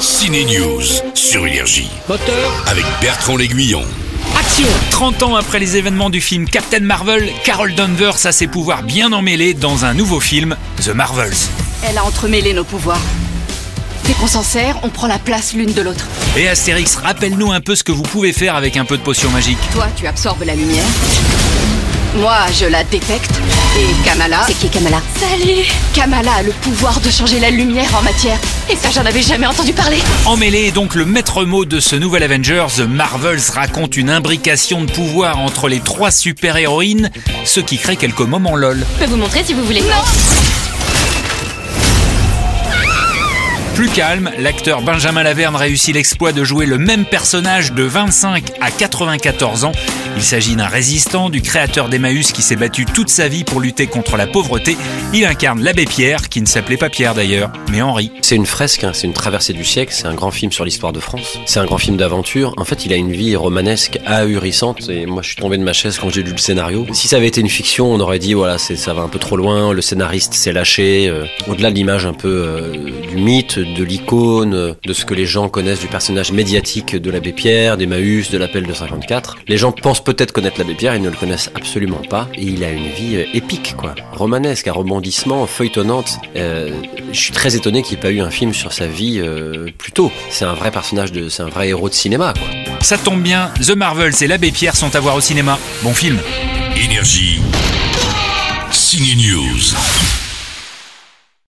Ciné News sur Énergie. Moteur, Avec Bertrand L'Aiguillon. action 30 ans après les événements du film Captain Marvel, Carol Danvers a ses pouvoirs bien emmêlés dans un nouveau film, The Marvels. Elle a entremêlé nos pouvoirs. Dès qu'on s'en sert, on prend la place l'une de l'autre. Et Astérix, rappelle-nous un peu ce que vous pouvez faire avec un peu de potion magique. Toi, tu absorbes la lumière. Moi, je la détecte. Et Kamala. C'est qui Kamala Salut Kamala a le pouvoir de changer la lumière en matière. Et ça, j'en avais jamais entendu parler. Emmêlé est donc le maître mot de ce nouvel Avengers, The Marvels raconte une imbrication de pouvoirs entre les trois super-héroïnes, ce qui crée quelques moments lol. Je peux vous montrer si vous voulez. Non Plus calme, l'acteur Benjamin Laverne réussit l'exploit de jouer le même personnage de 25 à 94 ans. Il s'agit d'un résistant, du créateur d'Emmaüs qui s'est battu toute sa vie pour lutter contre la pauvreté. Il incarne l'abbé Pierre, qui ne s'appelait pas Pierre d'ailleurs, mais Henri. C'est une fresque, hein, c'est une traversée du siècle, c'est un grand film sur l'histoire de France, c'est un grand film d'aventure. En fait, il a une vie romanesque ahurissante et moi je suis tombé de ma chaise quand j'ai lu le scénario. Si ça avait été une fiction, on aurait dit voilà, c'est- ça va un peu trop loin, le scénariste s'est lâché, euh, au-delà de l'image un peu euh, du mythe, de l'icône, euh, de ce que les gens connaissent du personnage médiatique de l'abbé Pierre, d'Emmaüs, de l'appel de 54. Les gens pensent peut-être connaître l'abbé Pierre, ils ne le connaissent absolument pas et il a une vie euh, épique quoi, romanesque, à rebondissement, feuilletonnante. Euh, je suis très étonné qu'il n'y ait pas eu un film sur sa vie euh, plus tôt. C'est un vrai personnage, de, c'est un vrai héros de cinéma. Quoi. Ça tombe bien, The Marvels et l'abbé Pierre sont à voir au cinéma. Bon film. Énergie. Ciné News.